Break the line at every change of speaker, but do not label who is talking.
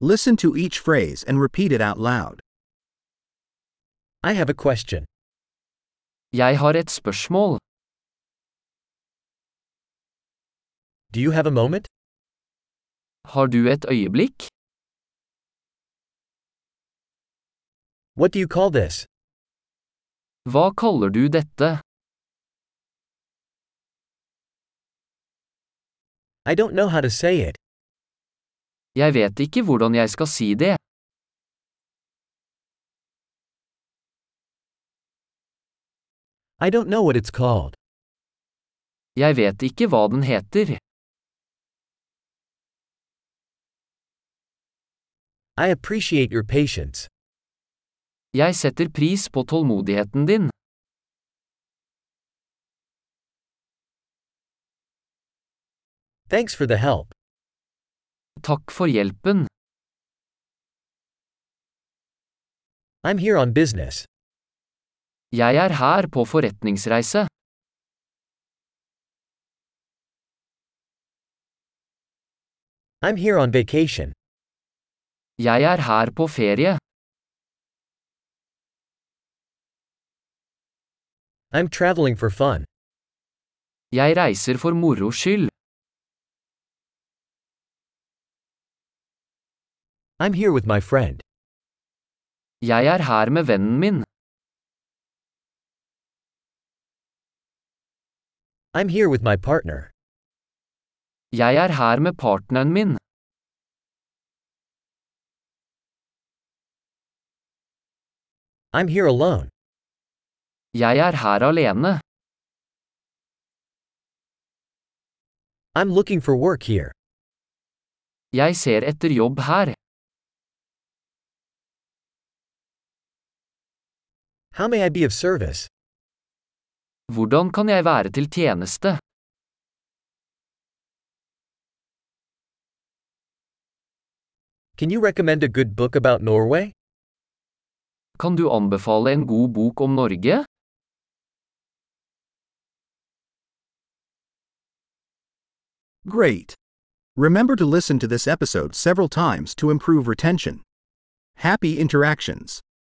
Listen to each phrase and repeat it out loud.
I have a question.
Jeg har et spørsmål.
Do you have a moment?
Har du et øyeblikk?
What do you call this?
Hva kaller du dette?
I don't know how to say it.
Jeg vet ikke hvordan jeg skal si det.
I don't know what it's called.
Jeg vet ikke hva den heter.
I appreciate your patience.
Jeg setter pris på tålmodigheten din.
Thanks for the help.
Takk for hjelpen.
I'm here on business.
Jeg er her på forretningsreise.
I'm here on vacation.
Jeg er her på ferie.
I'm traveling for fun.
Jeg reiser for moro skyld.
I'm here with my friend.
Jeg er her med vennen min.
I'm here with my partner.
Jeg er her med partneren min.
I'm here alone.
Jeg er her alene.
I'm looking for work here.
Jeg ser etter jobb her.
How may I be of service?
Hvordan kan jeg være til tjeneste?
Can you recommend a good book about Norway?
Kan du anbefale en god bok om Norge?
Great! Remember to listen to this episode several times to improve retention. Happy interactions!